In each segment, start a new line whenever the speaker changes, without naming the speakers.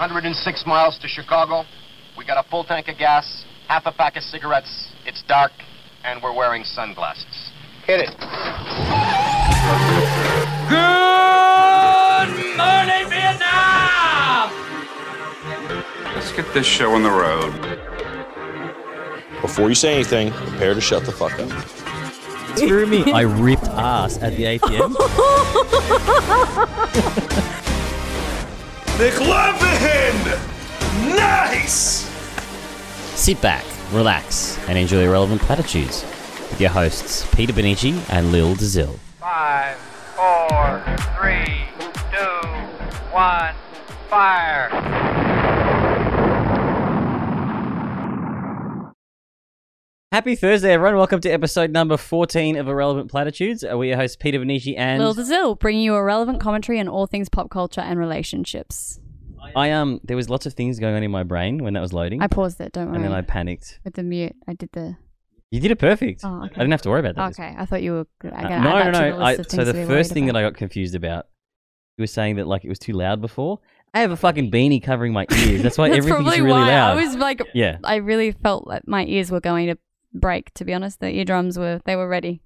106 miles to Chicago. We got a full tank of gas, half a pack of cigarettes. It's dark, and we're wearing sunglasses. Hit it.
Good morning, Vietnam!
Let's get this show on the road.
Before you say anything, prepare to shut the fuck up.
Screw me. I ripped ass at the ATM.
McLovin! Nice!
Sit back, relax, and enjoy the relevant platitudes with your hosts, Peter Benici and Lil Dazil.
Five, four, three, two, one, fire.
Happy Thursday, everyone. Welcome to episode number 14 of Irrelevant Platitudes. Uh, We're your hosts, Peter Benici and
Lil Dazil, bringing you irrelevant commentary on all things pop culture and relationships.
I um there was lots of things going on in my brain when that was loading.
I paused it, don't worry.
and then I panicked.
With the mute, I did the.
You did it perfect.
Oh, okay.
I didn't have to worry about that.
Okay, I thought you were. I
Uh,
gotta
no,
add
no,
that to
no,
the
I,
list of
so
things
the
to be
first
worried
thing that I
about.
got confused about, you were saying that like it was too loud before. I have a fucking beanie covering my ears. That's why
That's
everything's
probably
really
why
loud.
I was like,
Yeah.
I really felt like my ears were going to break. To be honest, the eardrums were they were ready.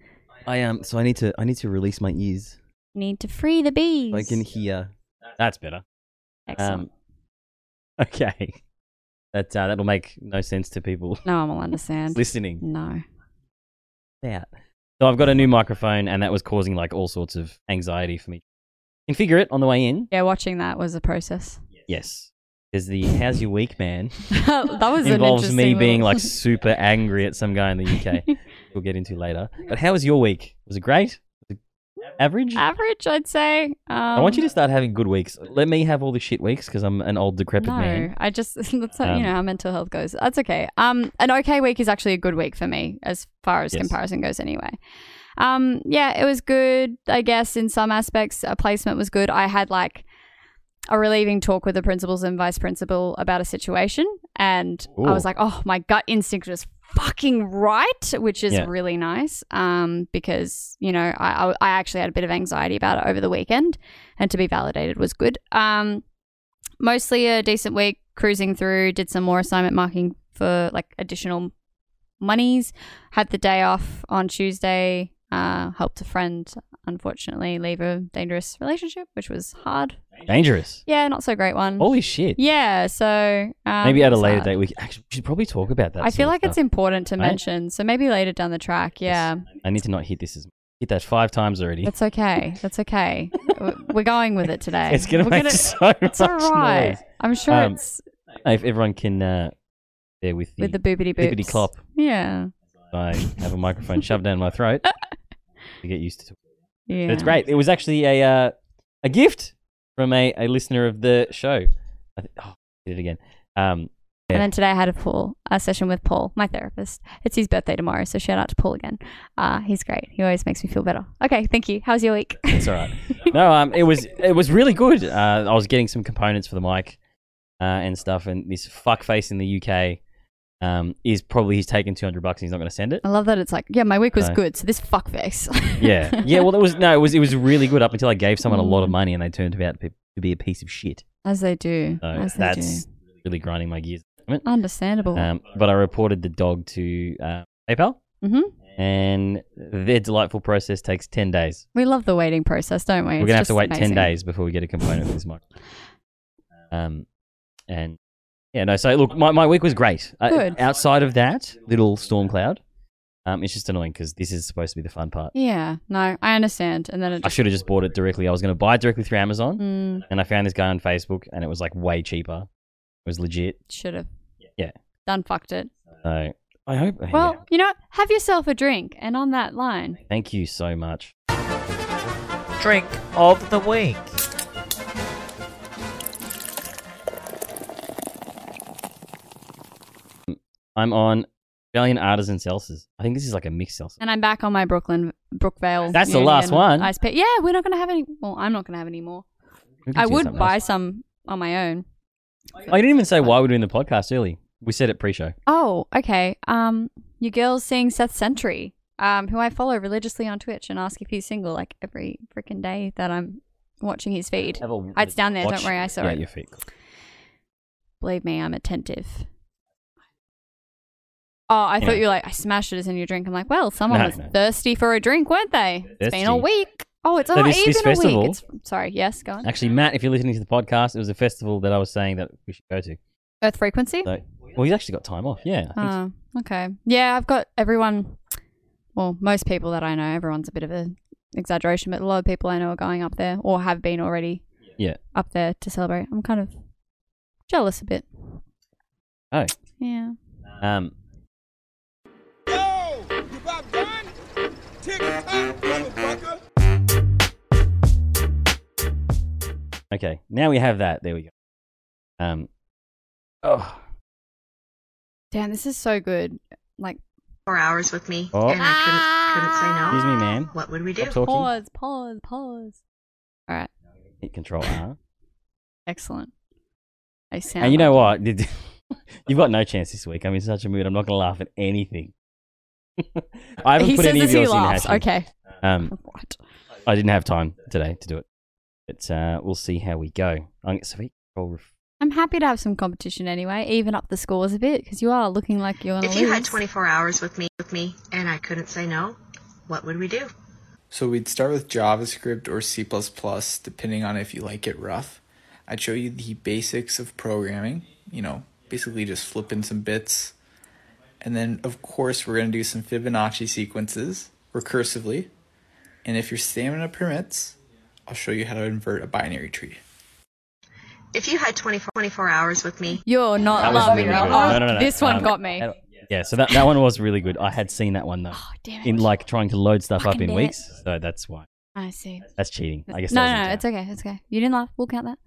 I um so I need to I need to release my ears.
Need to free the bees.
so I can hear. That's better.
Excellent.
um, okay. That uh, that'll make no sense to people
no one will understand.
listening.
No.
Out. So I've got a new microphone, and that was causing like all sorts of anxiety for me. Configure it on the way in.
Yeah, watching that was a process.
Yes. Because the how's your week, man
that was an
involves
interesting
me being
little-
like super angry at some guy in the UK. we'll get into later. But how was your week? Was it great? Was it average?
average, I'd say. Um,
I want you to start having good weeks. Let me have all the shit weeks because I'm an old decrepit
no,
man.
I just that's how,
Um,
you know how mental health goes. That's okay. Um, an okay week is actually a good week for me as far as
Yes.
comparison goes, anyway. Um, yeah, it was good, I guess, in some aspects. A placement was good. I had like a relieving talk with the principals and vice principal about a situation, and I was
Ooh.
like, oh, my gut instinct was fucking right, which is
Yeah.
really nice. Um, because you know, I, I I actually had a bit of anxiety about it over the weekend, and to be validated was good. Um, mostly a decent week cruising through did some more assignment marking for like additional monies had the day off on tuesday uh, helped a friend unfortunately leave a dangerous relationship which was hard
Dangerous.
yeah not so great one
Holy shit.
yeah so um,
Oh. Maybe at a
it's
later
hard.
date, we c- actually we should probably talk about that.
i feel like it's
in.
important to
right?
mention so maybe later down the track yeah
I need to not hit this. As, hit that five times already.
that's okay that's okay W- we're going with it today
it's gonna
We're
make
gonna-
so
it's
much
all right
noise.
i'm sure
Um,
it's
If everyone can uh, bear with the,
with the boobity
bippity
boops
clop,
yeah
I have a microphone shoved down my throat to get used to. It.
yeah
But it's great. It was actually a uh, a gift from a, a listener of the show. I th- oh, did it again. Um, Yeah.
And then today I had a Paul a session with Paul, my therapist. It's his birthday tomorrow, so shout out to Paul again. Uh, he's great. He always makes me feel better. Okay, thank you. How's your week?
It's all right. No, um, it was it was really good. Uh, I was getting some components for the mic uh, and stuff, and this fuckface in the UK um, is probably he's taken two hundred bucks and he's not going to send it.
I love that it's like, yeah, my week was
No.
good. So this fuckface.
Yeah, yeah. Well, it was no, it was it was really good up until I gave someone a lot
Mm.
of money and they turned out to be- to be a piece of shit.
as they do.
So
as they
that's
do.
really grinding my gears. at the moment.
Understandable.
Um, but I reported the dog to uh, PayPal,
hmm
and their delightful process takes ten days.
We love the waiting process, don't we?
We're gonna have to wait ten days before we get a component for this mic. Um, and yeah, no. So look, my, my week was great. Uh,
Good.
outside of that little storm cloud, um, it's just annoying because this is supposed to be the fun part.
Yeah, no, I understand. And then it
I
just,
should have just bought it directly. I was gonna buy it directly through Amazon,
mm,
and I found this guy on Facebook, and it was like way cheaper. It was legit.
should have.
Yeah.
Done fucked it.
So I hope.
Well,
yeah.
you know, what? have yourself a drink. And on that line,
thank you so much.
drink of the week.
I'm on Australian artisan seltzers. I think this is like a mixed seltzer.
And I'm back on my Brooklyn Brookvale.
That's the
Union
last one.
Ice pick. Yeah, we're not gonna have any. Well, I'm not gonna have any more.
We could
I
do
would
something
buy
else.
some on my own.
I didn't even say why we're doing the podcast early. We said it pre-show.
Oh, okay. Um, your girl's seeing Seth Sentry, um, who I follow religiously on Twitch and ask if he's single like every freaking day that I'm watching his feed.
Have a-
It's down there.
watch-
Don't worry, I saw
yeah,
it.
Your feet.
Believe me, I'm attentive. Oh, I
Yeah.
thought you were like, I smashed it as in your drink. I'm like, well, someone
No,
was
no.
thirsty for a drink, weren't they? It's been a
Thirsty.
week. Oh, it's
So
not
this-
even
this
a
festival-
week. It's sorry. Yes, go on.
Actually, Matt, if you're listening to the podcast, it was a festival that I was saying that we should go to.
Earth frequency.
So, well, he's actually got time off. Yeah. I think so.
Oh, okay. Yeah, I've got everyone. Well, most people that I know, everyone's a bit of an exaggeration, but a lot of people I know are going up there or have been already.
Yeah.
Up there to celebrate. I'm kind of jealous a bit.
Oh.
Yeah.
Um, Okay, now we have that. There we go. Um, oh,
Damn, this is so good. Like,
four hours with me,
Oh.
and I couldn't, couldn't say no.
excuse me, man.
Ah,
What would we do?
Stop talking.
pause, pause, pause. All right.
Hit Control R.
Excellent. I sound.
And you know
like-
what? You've got no chance this week. I'm in such a mood. I'm not going to laugh at anything. I haven't
He
put
says
any of
this, he
yours
laughs.
in. actually.
Okay.
Um,
Right.
I didn't have time today to do it, but uh, we'll see how we go. I'm so we roll ref-
I'm happy to have some competition anyway, even up the scores a bit, because you are looking like you're going
If
to
you had
lose.
24 hours with me, with me, and I couldn't say no, what would we do?
So we'd start with JavaScript or C++, depending on if you like it rough. I'd show you the basics of programming, you know, basically just flip in some bits. And then, of course, we're going to do some Fibonacci sequences recursively. And if your stamina permits, I'll show you how to invert a binary tree.
If you had 24, 24 hours with me,
You're not
That was
loving
really
it.
good.
Oh,
No, no, no, no.
This one
Um,
got me.
that- Yeah, so that, that one was really good. I had seen that one though,
Oh, damn it.
in like trying to load stuff up
Fucking
in
damn it.
weeks. So that's why.
I see.
That's cheating. I guess.
no,
that
no, no,
doesn't
it's
count.
okay. It's okay. You didn't laugh. We'll count that.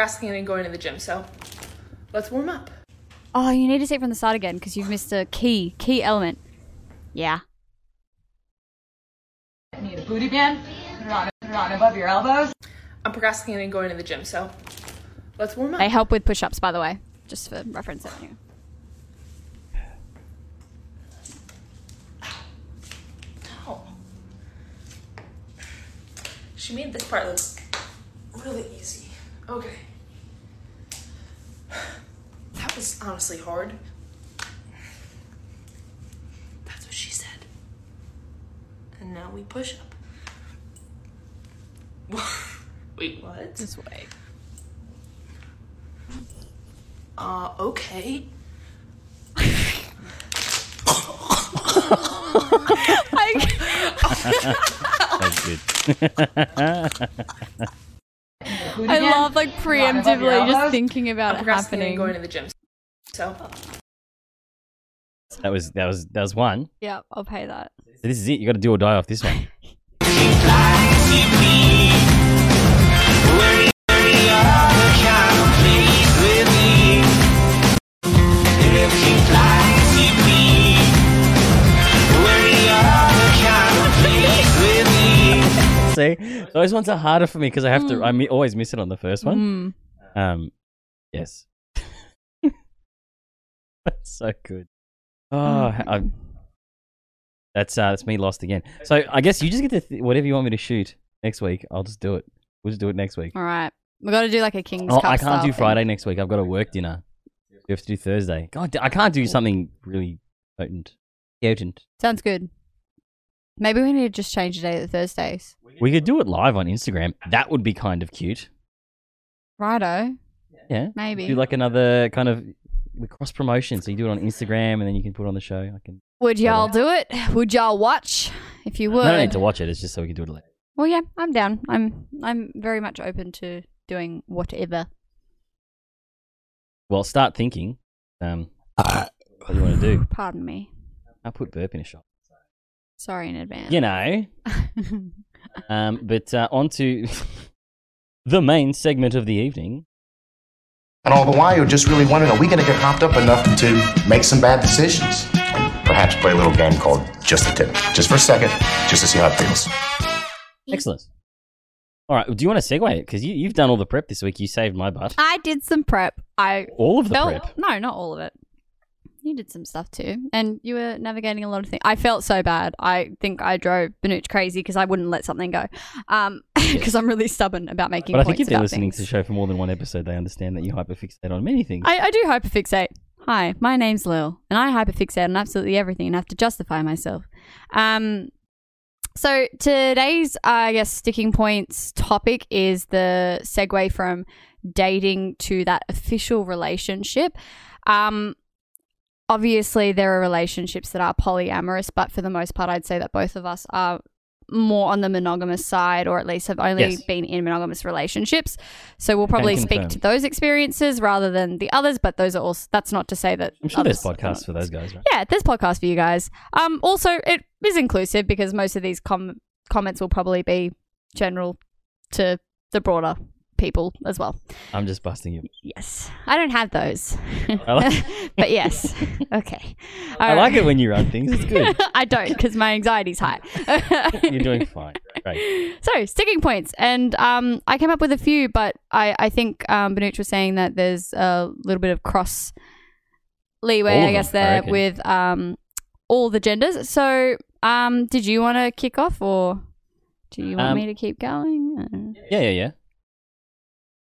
asking and going to the gym, so let's warm up.
Oh, you need to say it from the start again because you've missed a key, key element. Yeah.
Need a booty band? Put it on, put it on above your elbows. I'm procrastinating and going to the gym, so let's warm up.
They help with push ups, by the way, just for reference. Anyway.
Oh. She made this part look really easy. Okay. That was honestly hard. That's what she said. And now we push up. Wait, what?
This way.
Uh, okay.
That's good.
I love like preemptively just thinking about
I'm
it
procrastinating and going
happening.
to the gym. So
That was that was that was one.
Yeah, I'll pay that.
So this is it. You got to do or die off this one. See, those ones are harder for me because I have to. I mi- always miss it on the first one.
Mm.
Um, yes. that's so good. Oh,
Mm.
I, that's uh, that's me lost again. So I guess you just get to th- whatever you want me to shoot next week. I'll just do it. We'll just do it next week.
All right. We got to do like a King's
Oh,
Cup.
I can't
style
do
thing.
Friday next week. I've got a work dinner. We have to do Thursday. God, da- I can't do something really potent. Potent.
Sounds good. Maybe we need to just change the day to Thursdays.
We could do it live on Instagram. That would be kind of cute.
Righto.
Yeah.
Maybe.
Do like another kind of the cross promotion. So you do it on Instagram and then you can put it on the show. I can.
Would y'all do it? Would y'all watch? If you would.
I don't need to watch it. It's just so we can do it later.
Well, yeah, I'm down. I'm I'm very much open to doing whatever.
Well, start thinking. Um, what you want to do?
Pardon me.
I put burp in a shot.
Sorry in advance.
You know. Um, but uh, on to the main segment of the evening.
And all the while, you're just really wondering, are we going to get hopped up enough to make some bad decisions? Perhaps play a little game called Just a Tip, just for a second, just to see how it feels.
Excellent. All right. Do you want to segue it? Because you, you've done all the
Uh,
prep this week. You saved my butt.
I did some prep. I
All of the
felt
prep.
no, not all of it. You did some stuff too, and you were navigating a lot of things. I felt so bad. I think I drove Banuch crazy because I wouldn't let something go, because I'm really stubborn about making.
But I
points
think if they're
about
listening
things.
to the show for more than one episode, they understand that you hyperfixate on many things.
I, I do hyperfixate. Hi, my name's Lil, and I hyperfixate on absolutely everything and have to justify myself. Um, so today's, I guess, sticking points topic is the segue from dating to that official relationship. Um, obviously, there are relationships that are polyamorous, but for the most part, I'd say that both of us are more on the monogamous side, or at least have only
Yes.
been in monogamous relationships. So we'll probably speak
confirm.
to those experiences rather than the others, but those are also that's not to say that
I'm sure there's
others-
podcasts for those guys, right?
Yeah, there's podcasts for you guys. Um also it is inclusive because most of these com- comments will probably be general to the broader people as well.
I'm just busting you.
Yes. I don't have those.
I like-
but yes. Okay.
I like it when you run things. It's good.
I don't because my anxiety's high.
You're doing fine. Right.
so sticking points and um, i came up with a few but i, I think um, Benuch was saying that there's a little bit of cross
All
leeway
of
i guess
them, I
there
reckon.
with um, all the genders so um, did you want to kick off or do you want
Um,
me to keep going
Yeah, yeah, yeah.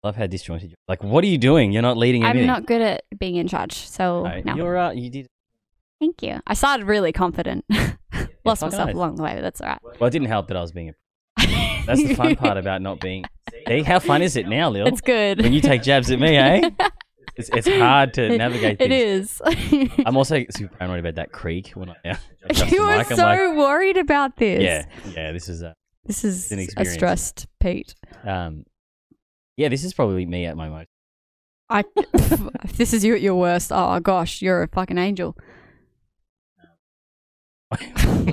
Love how disjointed you. are. Like, what are you doing? You're not leading
i'm
anything.
not good at being in charge so
Right.
no.
You're uh, you did.
thank you i started really confident lost
fucking
myself
oath.
along the way but that's all right
Well, it didn't help that I was being. A... That's the fun part about not being. See, how fun is it now, Lil?
It's good.
when you take jabs at me, eh? It's, it's hard to navigate.
it
things.
is
I'm also super paranoid about that creek when I. Justin
you were
Mike, I'm
so
like,
worried about this
yeah, yeah. This is a.
This is
an
a
experience.
stressed Pete.
Um, yeah, this is probably me at my most.
I, if this is you at your worst, oh gosh, you're a fucking angel.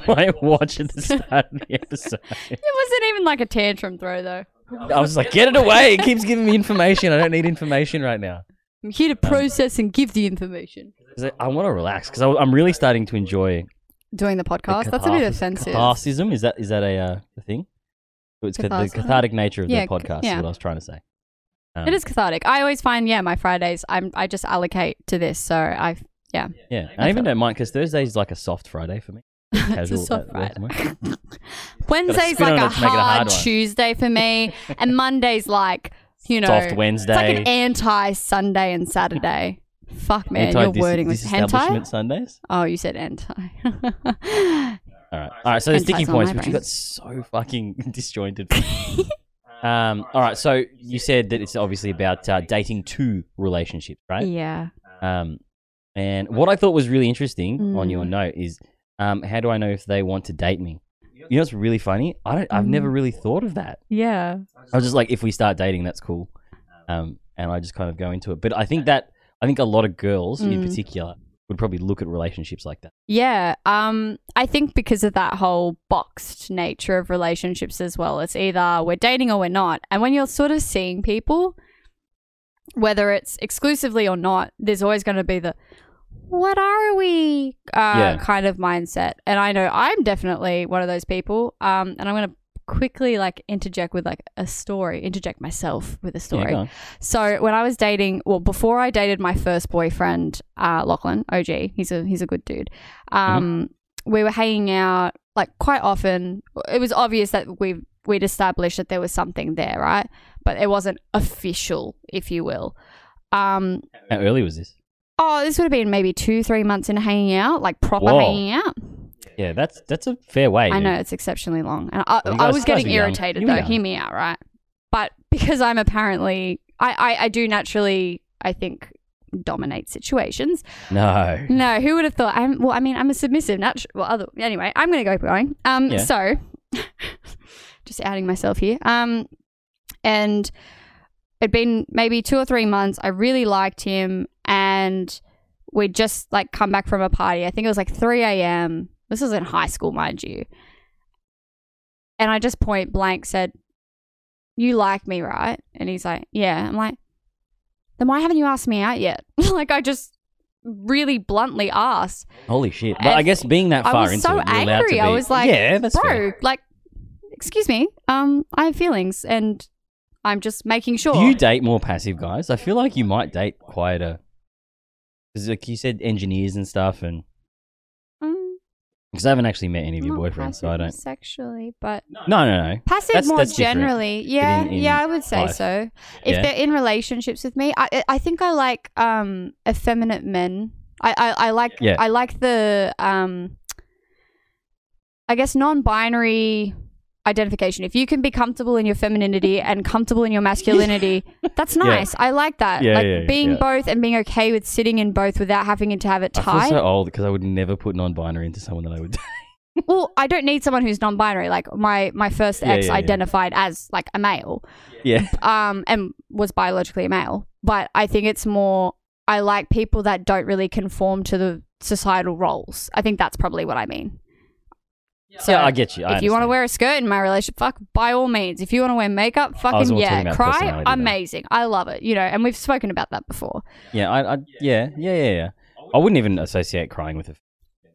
my watch at the start of the episode.
It wasn't even like a tantrum throw though.
I was like, get it away. It keeps giving me information. I don't need information right now.
I'm here to process and give the information.
'Cause I, want to relax because I'm really starting to enjoy
Doing the podcast,
the
that's a bit
catharsis-
offensive.
Catharsism is that is that a uh, a thing? Oh, It's ca- the
Catharsis.
cathartic nature of
Yeah, c-
the podcast.
yeah.
Is what I was trying to say. Um,
it is cathartic. I always find, yeah, my Fridays, I'm I just allocate to this, so I, yeah.
Yeah, I even don't mind because Thursday is like a soft Friday for me.
It's a soft
at work tomorrow.
Wednesday's
spin on
like a
it to make it a hard
hard
one.
Tuesday for me, and Monday's like you know
Soft
It's like an
Wednesday.
anti Sunday and Saturday. Fuck man, your
Anti-dis-
wording was
disestablishment
hentai.
Sundays.
Oh, you said anti.
All right, all right. So the
Hentai's
sticky
on
points,
my
which you
brain.
got so fucking disjointed. um, Uh, all right. So you said that it's obviously about uh, dating two relationships, right?
Yeah.
Um, and what I thought was really interesting on
Mm.
your note is, um, how do I know if they want to date me? You know, what's really funny. I don't. I've
Mm.
never really thought of that.
Yeah.
I was just like, if we start dating, that's cool. Um, and I just kind of go into it. But I think that I think a lot of girls in
Mm.
particular would probably look at relationships like that.
Yeah. Um, I think because of that whole boxed nature of relationships as well, it's either we're dating or we're not. And when you're sort of seeing people, whether it's exclusively or not, there's always going to be the what are we uh,
Yeah.
kind of mindset. And I know I'm definitely one of those people. Um, and I'm going to quickly like interject with like a story, interject myself with a story.
go on.
So when I was dating, well, before I dated my first boyfriend, uh, Lachlan OG, he's a he's a good dude. Um, We were hanging out like quite often. It was obvious that we we'd established that there was something there, right? But it wasn't official, if you will. Um,
How early was this?
oh, this would have been maybe two three months in hanging out, like proper
Whoa.
hanging out.
Yeah, that's that's a fair way.
I
dude.
know it's exceptionally long, and I,
Well, you
I
guys-
was
you guys
getting
are young.
irritated
You were
though.
young.
Hear me out, right? But because I'm apparently, I, I, I do naturally, I think, dominate situations.
No.
No, who would have thought? I'm well. I mean, I'm a submissive natural. Well, other anyway, I'm going to go going. Um,
Yeah.
so just outing myself here. Um, and it'd been maybe two or three months. I really liked him, and we'd just like come back from a party. I think it was like 3 a.m. This was in high school, mind you. And I just point blank said, "You like me, right?" And he's like, "Yeah." I'm like, "Then why haven't you asked me out yet?" like I just really bluntly asked.
Holy shit! But I guess being that
I
far
was
into
so
it, you're allowed
angry.
to
I
be-
was like,
yeah, that's
bro,
fair.
like, excuse me, um, I have feelings, and I'm just making sure.
Do you date more passive guys? I feel like you might date quieter Because like you said, engineers and stuff, and because I haven't actually met any of your boyfriends, so I don't.
sexually, but
No, no, no.
Passive
That's-
more
that's different.
generally,
But
yeah,
in- in
yeah, I would say
life.
so. If
Yeah.
they're in relationships with me, I I think I like um effeminate men. I I, I like
Yeah.
I like the um, I guess non-binary identification. If you can be comfortable in your femininity and comfortable in your masculinity, that's
Yeah.
nice. I like that.
Yeah,
like
yeah, yeah,
being
yeah.
both and being okay with sitting in both without having to have it tied.
I feel so old because I would never put non-binary into someone that I would.
well, I don't need someone who's non-binary. Like my my first
Yeah,
ex
yeah, yeah.
identified as like a male,
yeah.
um, and was biologically a male. But I think it's more I like people that don't really conform to the societal roles. I think that's probably what I mean. So
Yeah, I get you. I
if you want
understand.
to wear a skirt in my relationship, fuck by all means. If you want to wear makeup, fucking
more talking
yeah.
about
Cry,
personality, though.
amazing. I love it. You know, and we've spoken about that before.
Yeah, I, I yeah, yeah, yeah, yeah. I wouldn't even associate crying with a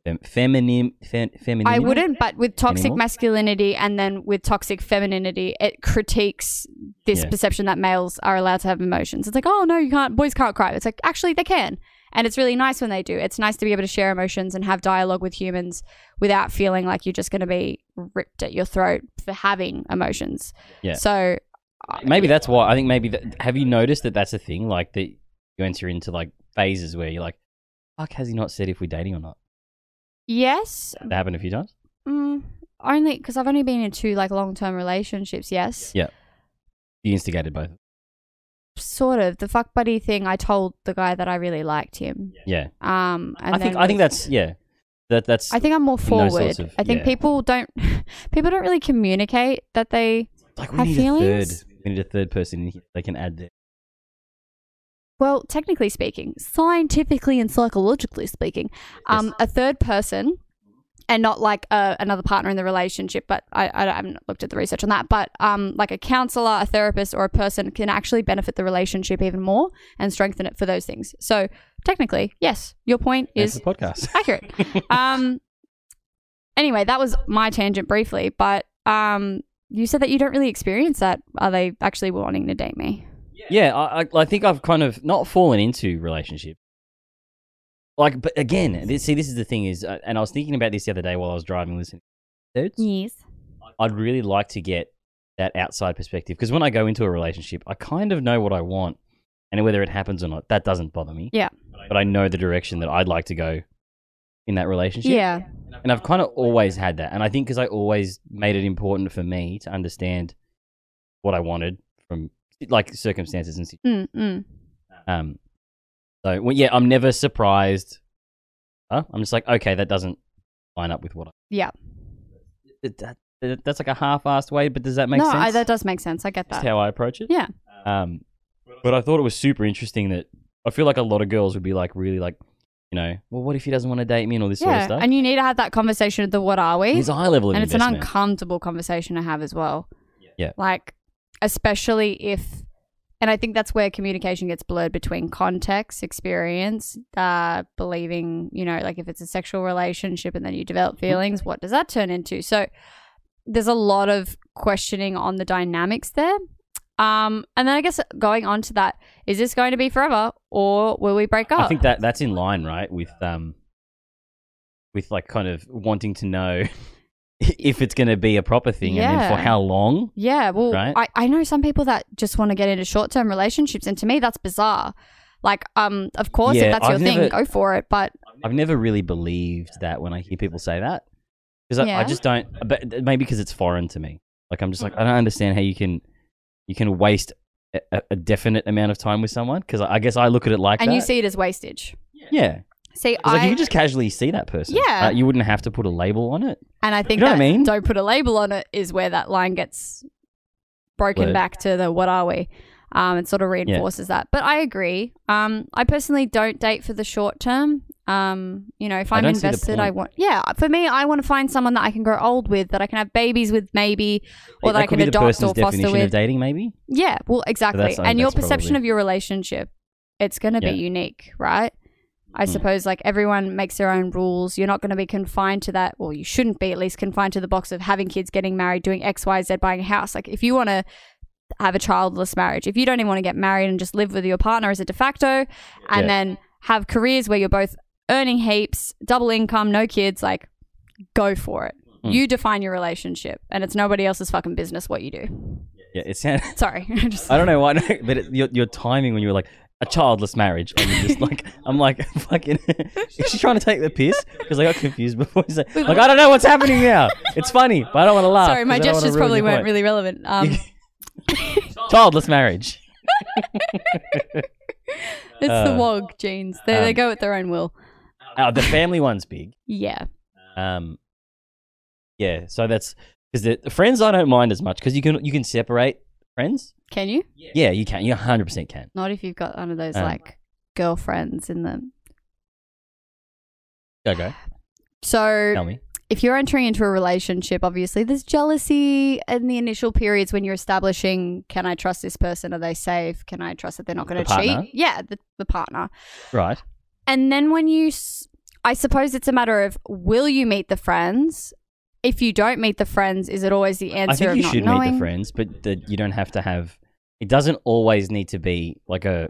fem- feminine, fem, feminine.
I wouldn't, but with toxic
Anymore?
masculinity and then with toxic femininity, it critiques this
Yeah.
perception that males are allowed to have emotions. It's like, oh no, you can't. Boys can't cry. It's like actually they can, and it's really nice when they do. It's nice to be able to share emotions and have dialogue with humans without feeling like you're just going to be ripped at your throat for having emotions.
Yeah.
So
Maybe that's why. I think maybe. That, have you noticed that that's a thing? Like that you enter into like phases where you're like, "Fuck, has he not said if we're dating or not?"
yes,
That happened a few times.
mm, only because I've only been in two like long term relationships. Yes.
Yeah. You instigated both.
sort of the fuck buddy thing i told the guy that i really liked him
Yeah.
um and
I think.
then
I think
we-
that's yeah. That that's.
i think i'm more
in those
forward
sorts of-
i think
yeah.
people don't people don't really communicate that they
Like, we
have
need
feelings
a third. We need a third person in here. They can add their
well technically speaking scientifically and psychologically speaking um a third person and not like a, another partner in the relationship but I, I I haven't looked at the research on that but um like a counselor a therapist or a person can actually benefit the relationship even more and strengthen it for those things so technically yes your point
That's
is
the podcast.
accurate um anyway that was my tangent briefly but um you said that you don't really experience that are they actually wanting to date me
yeah I, I, I think i've kind of not fallen into relationship like but again this, see this is the thing is uh, and i was thinking about this the other day while i was driving listening Dudes?
yes
i'd really like to get that outside perspective because when i go into a relationship i kind of know what i want and whether it happens or not that doesn't bother me
yeah
but i know the direction that i'd like to go in that relationship
yeah
and I've kind of always had that. And I think because I always made it important for me to understand what I wanted from like circumstances and situations.
mm, mm.
Um, so well, yeah, I'm never surprised. Huh? I'm just like, okay, that doesn't line up with what I.
yeah
That, that- that- that's like a half-assed way, but does that make
no
sense?
I, that does make sense i get
That's
that
how I approach it.
yeah
Um, but I thought it was super interesting that I feel like a lot of girls would be like really like, you know, well, what if he doesn't want to date me and all this sort of
yeah
stuff.
and you need to have that conversation of the what are we
It's a high level of
and it's an
investment.
uncomfortable conversation to have as well
yeah.
like especially if and i think that's where communication gets blurred between context experience uh believing you know like if it's a sexual relationship and then you develop
Mm-hmm.
feelings what does that turn into so there's a lot of questioning on the dynamics there um and then i guess going on to that is this going to be forever or will we break up
I think that that's in line, right, with um, with like kind of wanting to know if it's going to be a proper thing and then for
Yeah.
how long.
Yeah, well,
Right?
I, I know some people that just want to get into short term relationships, and to me, that's bizarre. Like, um, of course,
Yeah,
if that's
I've
your
never-
thing, go for it. But
I've never really believed that when I hear people say that because I, I
Yeah. Mm.
just don't. But maybe because it's foreign to me. Like I'm just like I don't understand how you can you can waste a- a, a definite amount of time with someone because I, I guess I look at it like
and
that.
you see it as wastage.
yeah.
See,
'Cause,
I
like you could just casually see that person.
Yeah.
Uh, you wouldn't have to put a label on it.
and I think
know what I
that
mean?
don't put a label on it is where that line gets broken
Blurred.
back to the what are we? Um, it sort of reinforces that. But I agree. Um, I personally don't date for the short term. Um, you know, if
I
I'm
don't see the
invested, I
point.
want yeah. For me, I want to find someone that I can grow old with, that I can have babies with, maybe, or that, I
could
can
be the
adopt
person's
or foster
definition
with.
of dating, maybe.
Yeah, well, exactly.
that's- I think
and your
that's
perception
probably-
of your relationship, it's going to
Yeah. Mm.
be unique, right? I suppose like everyone makes their own rules. You're not going to be confined to that. Well, you shouldn't be at least confined to the box of having kids, getting married, doing X, Y, Z, buying a house. Like if you want to have a childless marriage, if you don't even want to get married and just live with your partner as a de facto, and
Yeah.
then have careers where you're both earning heaps, double income, no kids, like go for it.
Mm.
You define your relationship, and it's nobody else's fucking business what you do.
Yeah, it sounded.
Sorry, I just
I don't know why, but it, your, your timing when you were like a childless marriage, and you're just like, I'm like, fucking, is she trying to take the piss? Because I got confused before. You said, like, I don't know what's happening now. It's funny, but I don't want to laugh.
sorry, my
'cause I don't wanna
gestures
ruin
probably
your
weren't
point."
really relevant. Um,
Childless marriage.
it's the
Uh,
wog genes. They, they
um,
go at their own will.
Uh, the family one's big.
Yeah.
Um, yeah, so that's because the the friends I don't mind as much because you can you can separate friends.
Can you?
Yeah, you can. You 100 percent can.
Not if you've got one of those
Um,
like girlfriends in them.
Okay.
So
Tell me.
if you're entering into a relationship, obviously there's jealousy in the initial periods when you're establishing can I trust this person? Are they safe? Can I trust that they're not going
The
to
partner?
cheat? Yeah, the, the partner.
Right.
And then when you, s- I suppose it's a matter of will you meet the friends? If you don't meet the friends, is it always the answer
I think
of
you
not
should
knowing?
meet the friends, but that you don't have to have. It doesn't always need to be like a.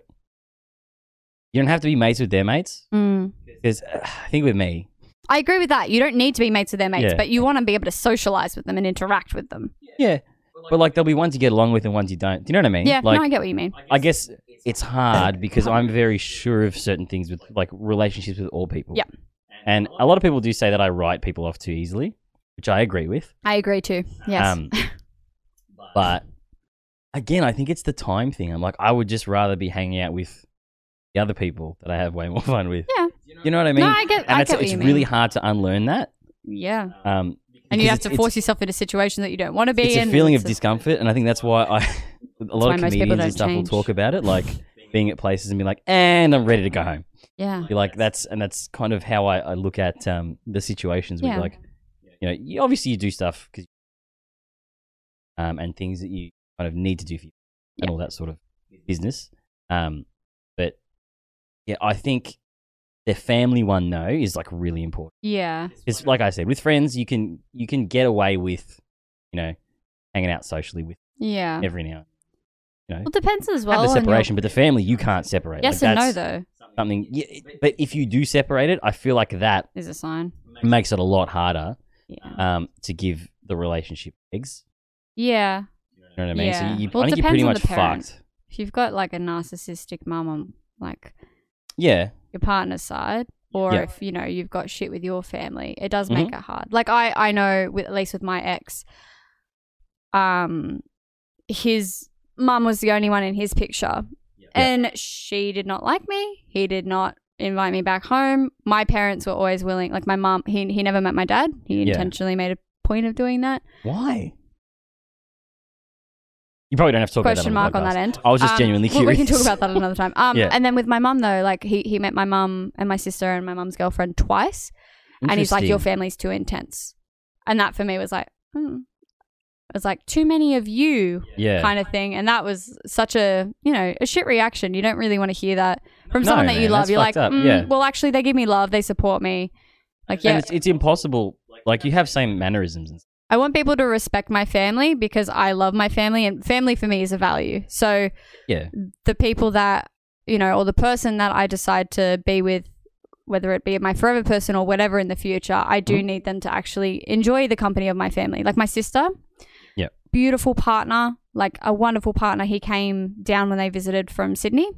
You don't have to be mates with their mates.
Mm.
Because uh, I think with me,
I agree with that. You don't need to be mates with their mates,
Yeah.
but you want to be able to socialize with them and interact with them.
yeah, but like there'll be ones you get along with and ones you don't. Do you know what I mean?
Yeah,
like,
no, I get what you mean.
I guess it's hard because I'm very sure of certain things with like relationships with all people.
Yeah.
And a lot of people do say that I write people off too easily, which I agree with.
I agree too. Yes.
Um, but again, I think it's the time thing. I'm like, I would just rather be hanging out with the other people that I have way more fun with.
yeah.
You know what I mean?
No, I get-
And
I
it's,
get what
it's
you mean.
really hard to unlearn that.
Yeah.
Um,
And you
because
have
it's-
to
it's-
force yourself into situations that you don't want to be
it's
in.
a feeling of
It's a-
discomfort, and I think that's why I a lot
why
of
most people
comedians
don't
and stuff
change.
will talk about it, like being at places and being like, "And I'm ready to go home."
Yeah.
You're like that's, and that's kind of how I, I look at um, the situations with
Yeah.
like, you know, you, obviously you do stuff because, um, and things that you kind of need to do for you and all that sort of business, um, but yeah, I think the family one though is like really important.
Yeah.
It's like I said, with friends, you can you can get away with, you know, hanging out socially with
Yeah.
every now. And, you know,
Well, depends as well.
have the
on your-
separation, but the family you can't separate.
Yes
Like,
and no,
that's
though,
Something, yeah, it- but if you do separate it, I feel like that
is a sign.
makes it a lot harder
Yeah.
um, to give the relationship eggs.
Yeah.
You know what I mean?
Yeah.
So you,
well,
I
it
think you're
depends
pretty
on
much
the parent.
fucked.
If you've got like a narcissistic mum on like
Yeah.
your partner's side, or
Yeah.
if you know you've got shit with your family, it does
Mhm.
make it hard. Like I, I know with at least with my ex, um, his mum was the only one in his picture, and she did not like me. He did not invite me back home. My parents were always willing. Like my mum, he he never met my dad. He
Yeah.
intentionally made a point of doing that.
Why? You probably don't have to talk
question
about
mark
that
on
on, the
that
podcast.
end.
I was just
Um,
genuinely
we-
curious.
We can talk about that another time. Um,
Yeah.
And then with my mum though, like he, he met my mum and my sister and my mum's girlfriend twice, and he's like,
Interesting.
"Your family's too intense," and that for me was like, hmm. it was like too many of you,
Yeah.
kind of thing. And that was such a you know a shit reaction. You don't really want to hear that from
No,
someone that you
man,
love.
that's
You're like,
fucked up,
"Mm,
yeah.
well, actually, they give me love. They support me. Like,
And
yeah,
it's, it's impossible. Like you have same mannerisms. And
I want people to respect my family because I love my family, and family for me is a value. So
yeah.
the people that you know or the person that i decide to be with whether it be my forever person or whatever in the future i do
Mhm.
need them to actually enjoy the company of my family like my sister
Yeah.
beautiful partner like a wonderful partner he came down when they visited from sydney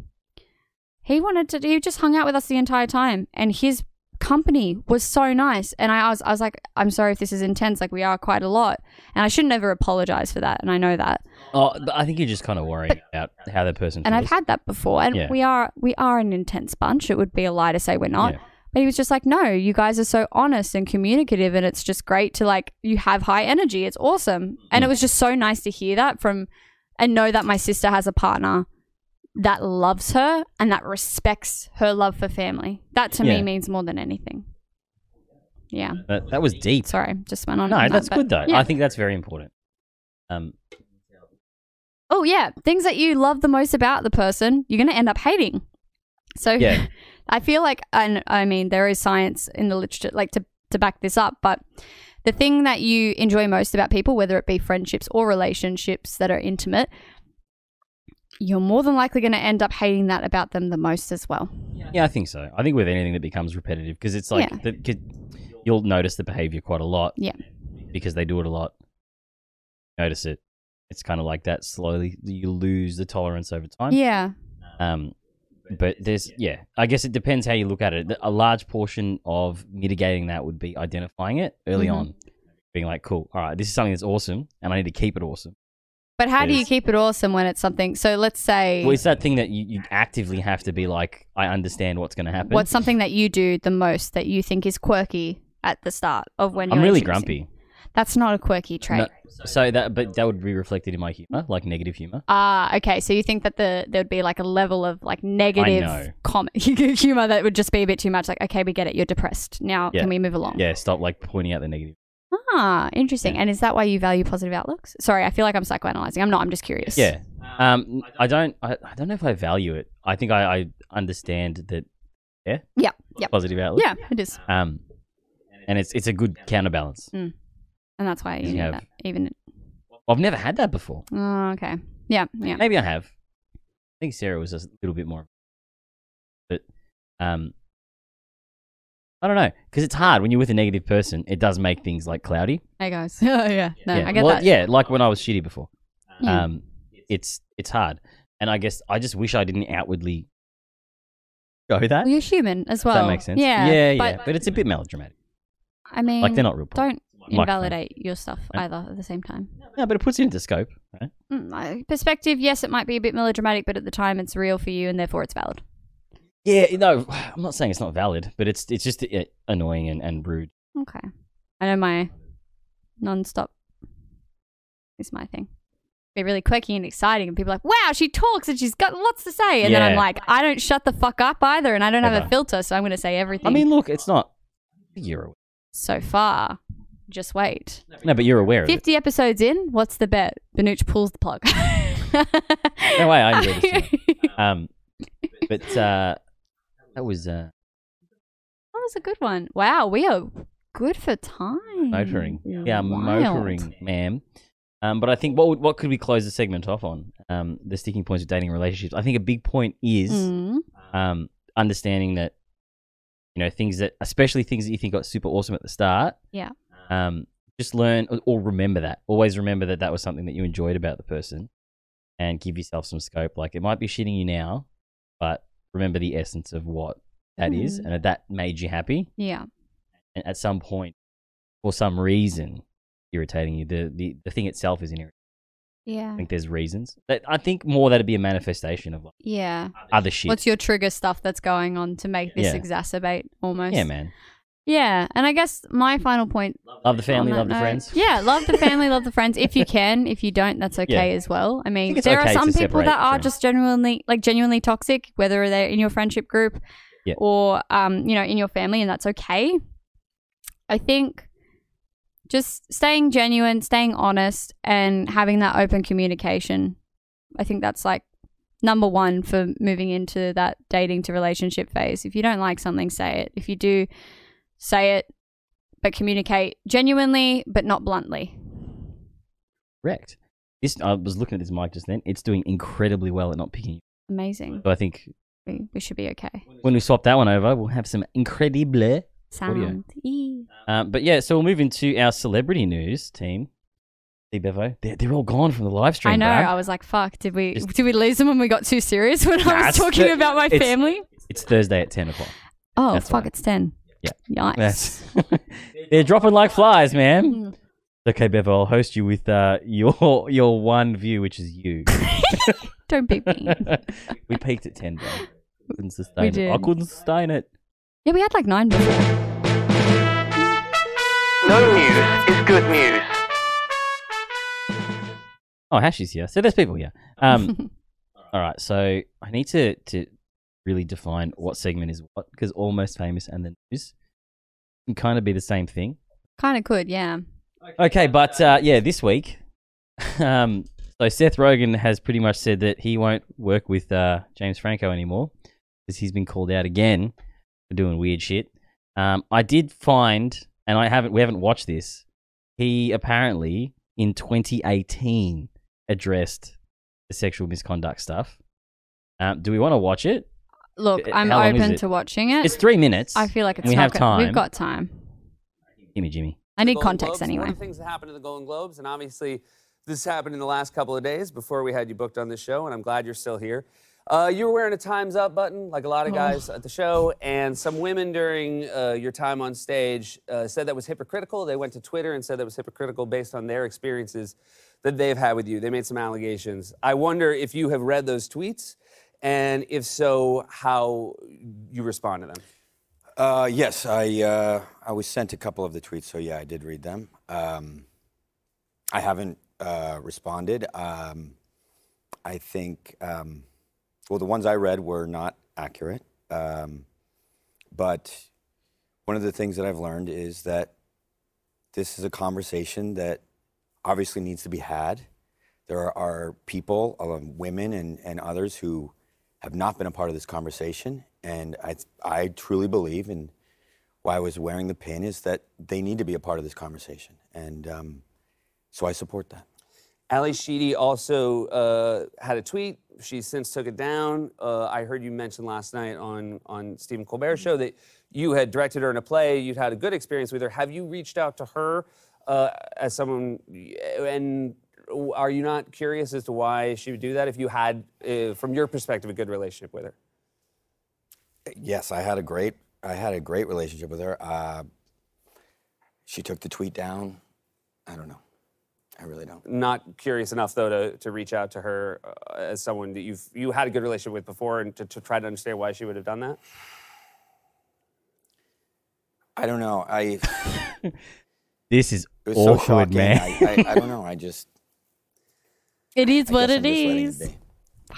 he wanted to he just hung out with us the entire time and his company was so nice and i was, I was like i'm sorry if this is intense like we are quite a lot and i should never apologize for that and i know that
Oh, but I think you're just kind of worried about how that person.
and I've
feels.
had that before. And
Yeah.
we are we are an intense bunch. It would be a lie to say we're not.
Yeah.
But he was just like, no, you guys are so honest and communicative, and it's just great to like you have high energy. It's awesome,
Mm.
and it was just so nice to hear that from, and know that my sister has a partner that loves her and that respects her love for family. That to
Yeah.
me means more than anything. Yeah.
But that was deep.
Sorry, just went on.
No,
on that,
that's
but-
good though.
Yeah.
I think that's very important. Um,
oh yeah, things that you love the most about the person, you're gonna end up hating. So
Yeah.
I feel like, and I mean, there is science in the literature, like to to back this up, but the thing that you enjoy most about people, whether it be friendships or relationships that are intimate, you're more than likely going to end up hating that about them the most as well.
Yeah.
Yeah, I think so. I think with anything that becomes repetitive, because it's like
Yeah.
the, 'cause you'll notice the behavior quite a lot.
Yeah.
Because they do it a lot. Notice it. It's kind of like that. Slowly, you lose the tolerance over time.
Yeah.
Um, but there's yeah. I guess it depends how you look at it. A large portion of mitigating that would be identifying it early
Mhm.
on, being like, "Cool, all right, this is something that's awesome, and I need to keep it awesome."
But how do
Yes.
you keep it awesome when it's something? So let's say
Well, it's that thing that you, you actively have to be like, "I understand what's going to happen."
what's something that you do the most that you think is quirky at the start of when
I'm
you're
really
introducing-
grumpy.
That's not a quirky trait.
No, so that, but that would be reflected in my humor, like negative humor.
Ah, okay. So you think that the there would be like a level of like
know.
negative comic humor that would just be a bit too much. Like, okay, we get it. You're depressed. Now,
Yeah.
can we move along?
Yeah, stop like pointing out the negative.
Ah, interesting. And is that why you value positive outlooks? Sorry, I feel like I'm psychoanalyzing. I'm not. I'm just curious.
Yeah. Um, I don't, I, I don't know if I value it. I think I, I understand that. Yeah.
Yeah, yeah.
Positive outlook.
Yeah, it is.
Um, and it's it's a good counterbalance.
Mm. And that's why you,
You
need
have-
that. Even.
I've never had that before.
Oh, okay. Yeah. Yeah.
Maybe I have. I think Sarah was just a little bit more. But um, I don't know because it's hard when you're with a negative person. It does make things like cloudy.
Hey guys. oh yeah. No,
yeah.
I get
Well,
that. Hmm.
Yeah, like when I was shitty before.
Yeah.
Um, it's it's hard, and I guess I just wish I didn't outwardly go that.
Well, you're human as
Does
well.
that make sense?
Yeah.
yeah,
but,
yeah. But it's a bit melodramatic.
I mean,
like, they're not real people.
Don't
Microphone.
invalidate your stuff either at the same time.
No, but it puts it into scope, right?
Mm, my perspective, yes, it might be a bit melodramatic, but at the time, it's real for you, and therefore it's valid.
Yeah, no, I'm not saying it's not valid, but it's it's just uh, annoying and, and rude.
Okay. I know my non-stop is my thing. Be really quirky and exciting, and people are like, "Wow, she talks and she's got lots to say." And then I'm
Yeah.
like, "I don't shut the fuck up either, and I don't have
Never.
a filter, so I'm going to say everything."
I mean, look, it's not. You're aware.
so far, just wait.
No, but you're aware of it.
Fifty episodes in, what's the bet? Banuch pulls the plug.
No way, I enjoy this. too. um, but uh, that was uh,
That was Oh, a good one. Wow, we are good for time.
motoring. Yeah,
Mm, Wild.
motoring, ma'am. Um, but I think what would, what could we close the segment off on? Um, the sticking points of dating relationships. I think a big point is
Mm.
um, understanding that you know things that, especially things that you think got super awesome at the start.
Yeah.
Um, just learn or- or remember that. Always remember that that was something that you enjoyed about the person, and give yourself some scope. Like it might be shitting you now, but remember the essence of what that is,
Mm.
and that that made you happy
Yeah.
and at some point for some reason irritating you the the, the thing itself is irritating
Yeah.
i think there's reasons that i think more that'd be a manifestation of like
Yeah.
other shit
What's your trigger stuff that's going on to make this
Yeah.
exacerbate almost?
yeah man
Yeah. And I guess my final point
love the family
on
love
that
the
note-
friends
Yeah, love the family, love the friends. If you can, if you don't, that's okay as well. I mean,
think it's
there
okay
are
to
some people
separate
that are
friends.
just genuinely like genuinely toxic, whether they're in your friendship group
Yeah.
or um, you know, in your family, and that's okay. I think just staying genuine, staying honest, and having that open communication. I think that's like number one for moving into that dating to relationship phase. If you don't like something, say it. If you do, say it, but communicate genuinely, but not bluntly.
correct this i was looking at this mic just then it's doing incredibly well at not picking you
Amazing.
so i think
We, we should be okay.
when we swap that one over we'll have some incredible audio.
Sound. E.
Um, but yeah so we'll move into our celebrity news team see bevo they're, they're all gone from the live stream
I know.
bruh.
I was like, "Fuck! Did we
Just-
did we lose them when we got too serious when I
Nah,
was
it's
talking
the-
about my
it's-
family?"
it's thursday at 10 o'clock
Oh
that's
fuck!
why.
It's ten.
Yeah.
Yikes.
That's, they're dropping like flies, man. Okay, Bevo, I'll host you with uh, your your one view, which is you.
Don't be mean.
we peaked at ten, bro. Couldn't sustain
We
it. I
did.
couldn't sustain it.
yeah, we had like nine. before.
No news is good news.
Oh, Hashi's here. So there's people here. Um, all right. So I need to to really define what segment is what because almost famous and the news can kind of be the same thing.
Kind of could, yeah.
Okay, but uh, yeah, this week, um, so Seth Rogen has pretty much said that he won't work with uh, James Franco anymore because he's been called out again for doing weird shit. Um, I did find, and I haven't, we haven't watched this. He apparently in 2018 addressed the sexual misconduct stuff. Um, do we want to watch it?
Look, I'm
How long is
open
it?
to watching it.
It's three minutes.
I feel like
and
it's
we
not
have
good.
time.
We've got time.
Jimmy, Jimmy.
I need
Golden
context
Globes. And One
anyway.
of the things that happened in the Golden Globes, and obviously this happened in the last couple of days before we had you booked on the show, and I'm glad you're still here. Uh, you were wearing a Time's Up button, like a lot of
Oh.
guys at the show, and some women during uh, your time on stage uh, said that was hypocritical. They went to Twitter and said that was hypocritical based on their experiences that they've had with you. They made some allegations. I wonder if you have read those tweets, and if so, how you respond to them.
Uh, yes, I uh, I was sent a couple of the tweets, so yeah, I did read them. Um, I haven't uh, responded. Um, I think um, well, the ones I read were not accurate, um, but one of the things that I've learned is that this is a conversation that obviously needs to be had. There are people, um, women and, and others who have not been a part of this conversation. And I, I truly believe, and why I was wearing the pin, is that they need to be a part of this conversation. And um, so I support that.
Ali Sheedy also uh, had a tweet. She since took it down. Uh, I heard you mention last night on on Stephen Colbert's show that you had directed her in a play. You'd had a good experience with her. Have you reached out to her uh, as someone? And are you not curious as to why she would do that? If you had, uh, from your perspective, a good relationship with her.
Yes, I had a great I had a great relationship with her. Uh, she took the tweet down. I don't know. I really don't.
Not curious enough though to, to reach out to her uh, as someone that you've you had a good relationship with before, and to, to try to understand why she would have done that.
I don't know. I
This is
it was so
awkward,
shocking.
man.
I, I, I don't know. I just
It is what
guess I'm
it
just letting it
is.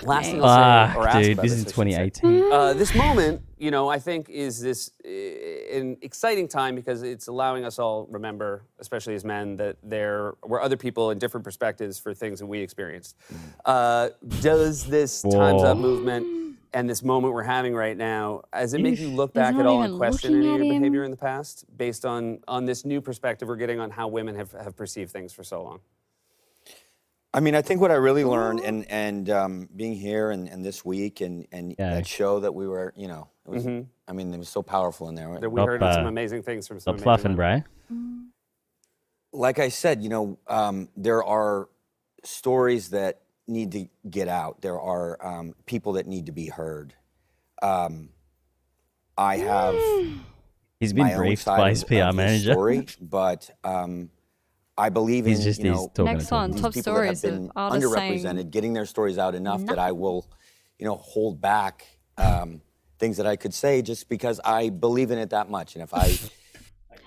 Last thing I'll say, or
Fuck,
ask
Ah, dude,
about
this
this,
is
I should say.
2018.
Uh, this moment, you know, I think is this uh, an exciting time because it's allowing us all remember, especially as men, that there were other people and different perspectives for things that we experienced.
Mm.
Uh, does this Time's Up
Whoa.
movement and this moment we're having right now, does it make you look
He's
back at
not
all and
even
question any
looking
of
at
your
him.
behavior in the past based on on this new perspective we're getting on how women have, have perceived things for so long?
I mean, I think what I really learned, and and um, being here and, and this week, and and that show that we were, you know, it was,
Mhm.
I mean, it was so powerful in there.
That we heard
uh,
some amazing things from some amazing women.
Like I said, you know, um, there are stories that need to get out. There are um, people that need to be heard. Um, I have.
He's been
my own
briefed
side
by
of-
his
of
PR
this
manager.
story, but um, I believe
He's
in
just-
you
he's
know,
talking Next
on,
these
top
people that have
stories of
been
artists saying
underrepresented, getting their stories out enough that I will, you know, hold back um, things that I could say just because I believe in it that much. And if I,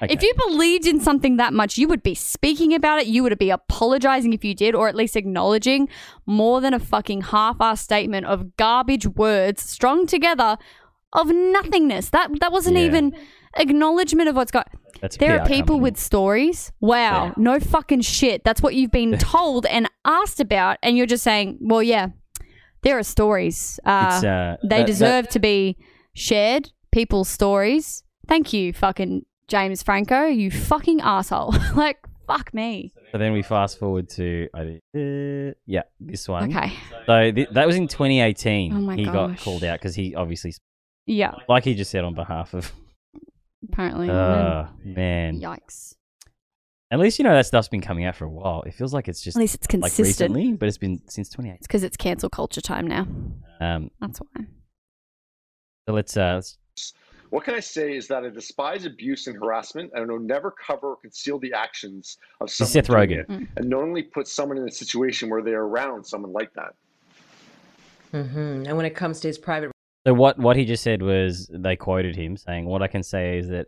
If you believed in something that much, you would be speaking about it. You would be apologizing if you did, or at least acknowledging more than a fucking half-ass statement of garbage words strung together of nothingness. That that wasn't
Yeah.
even acknowledgement of what's got.
That's a
there are
PR
people with stories. Wow, no fucking shit. That's what you've been told and asked about, and you're just saying, "Well, yeah, there are stories. Uh,
It's, uh,
they
that-
deserve
that-
to be shared. People's stories. Thank you, fucking James Franco. You fucking asshole. like, fuck me.
So then we fast forward to I did- uh, yeah, this one.
Okay.
So th- that was in 2018.
Oh my
he got
gosh.
called out because he obviously,
Yeah,
like he just said, on behalf of.
apparently.
Oh
And
man.
then- Yikes.
At least you know that stuff's been coming out for a while. It feels like it's just
At least it's
Like
consistent.
recently, but it's been since 2018.
It's because it's cancel culture time now.
Um,
That's why.
so let's uh, let's
What can I say is that I despise abuse and harassment, and I will never cover or conceal the actions of someone
Seth
doing
Rogen.
it,
Mm.
and knowingly put someone in a situation where they're around someone like that.
hmm And when it comes to his private
So what what he just said was they quoted him saying, "What I can say is that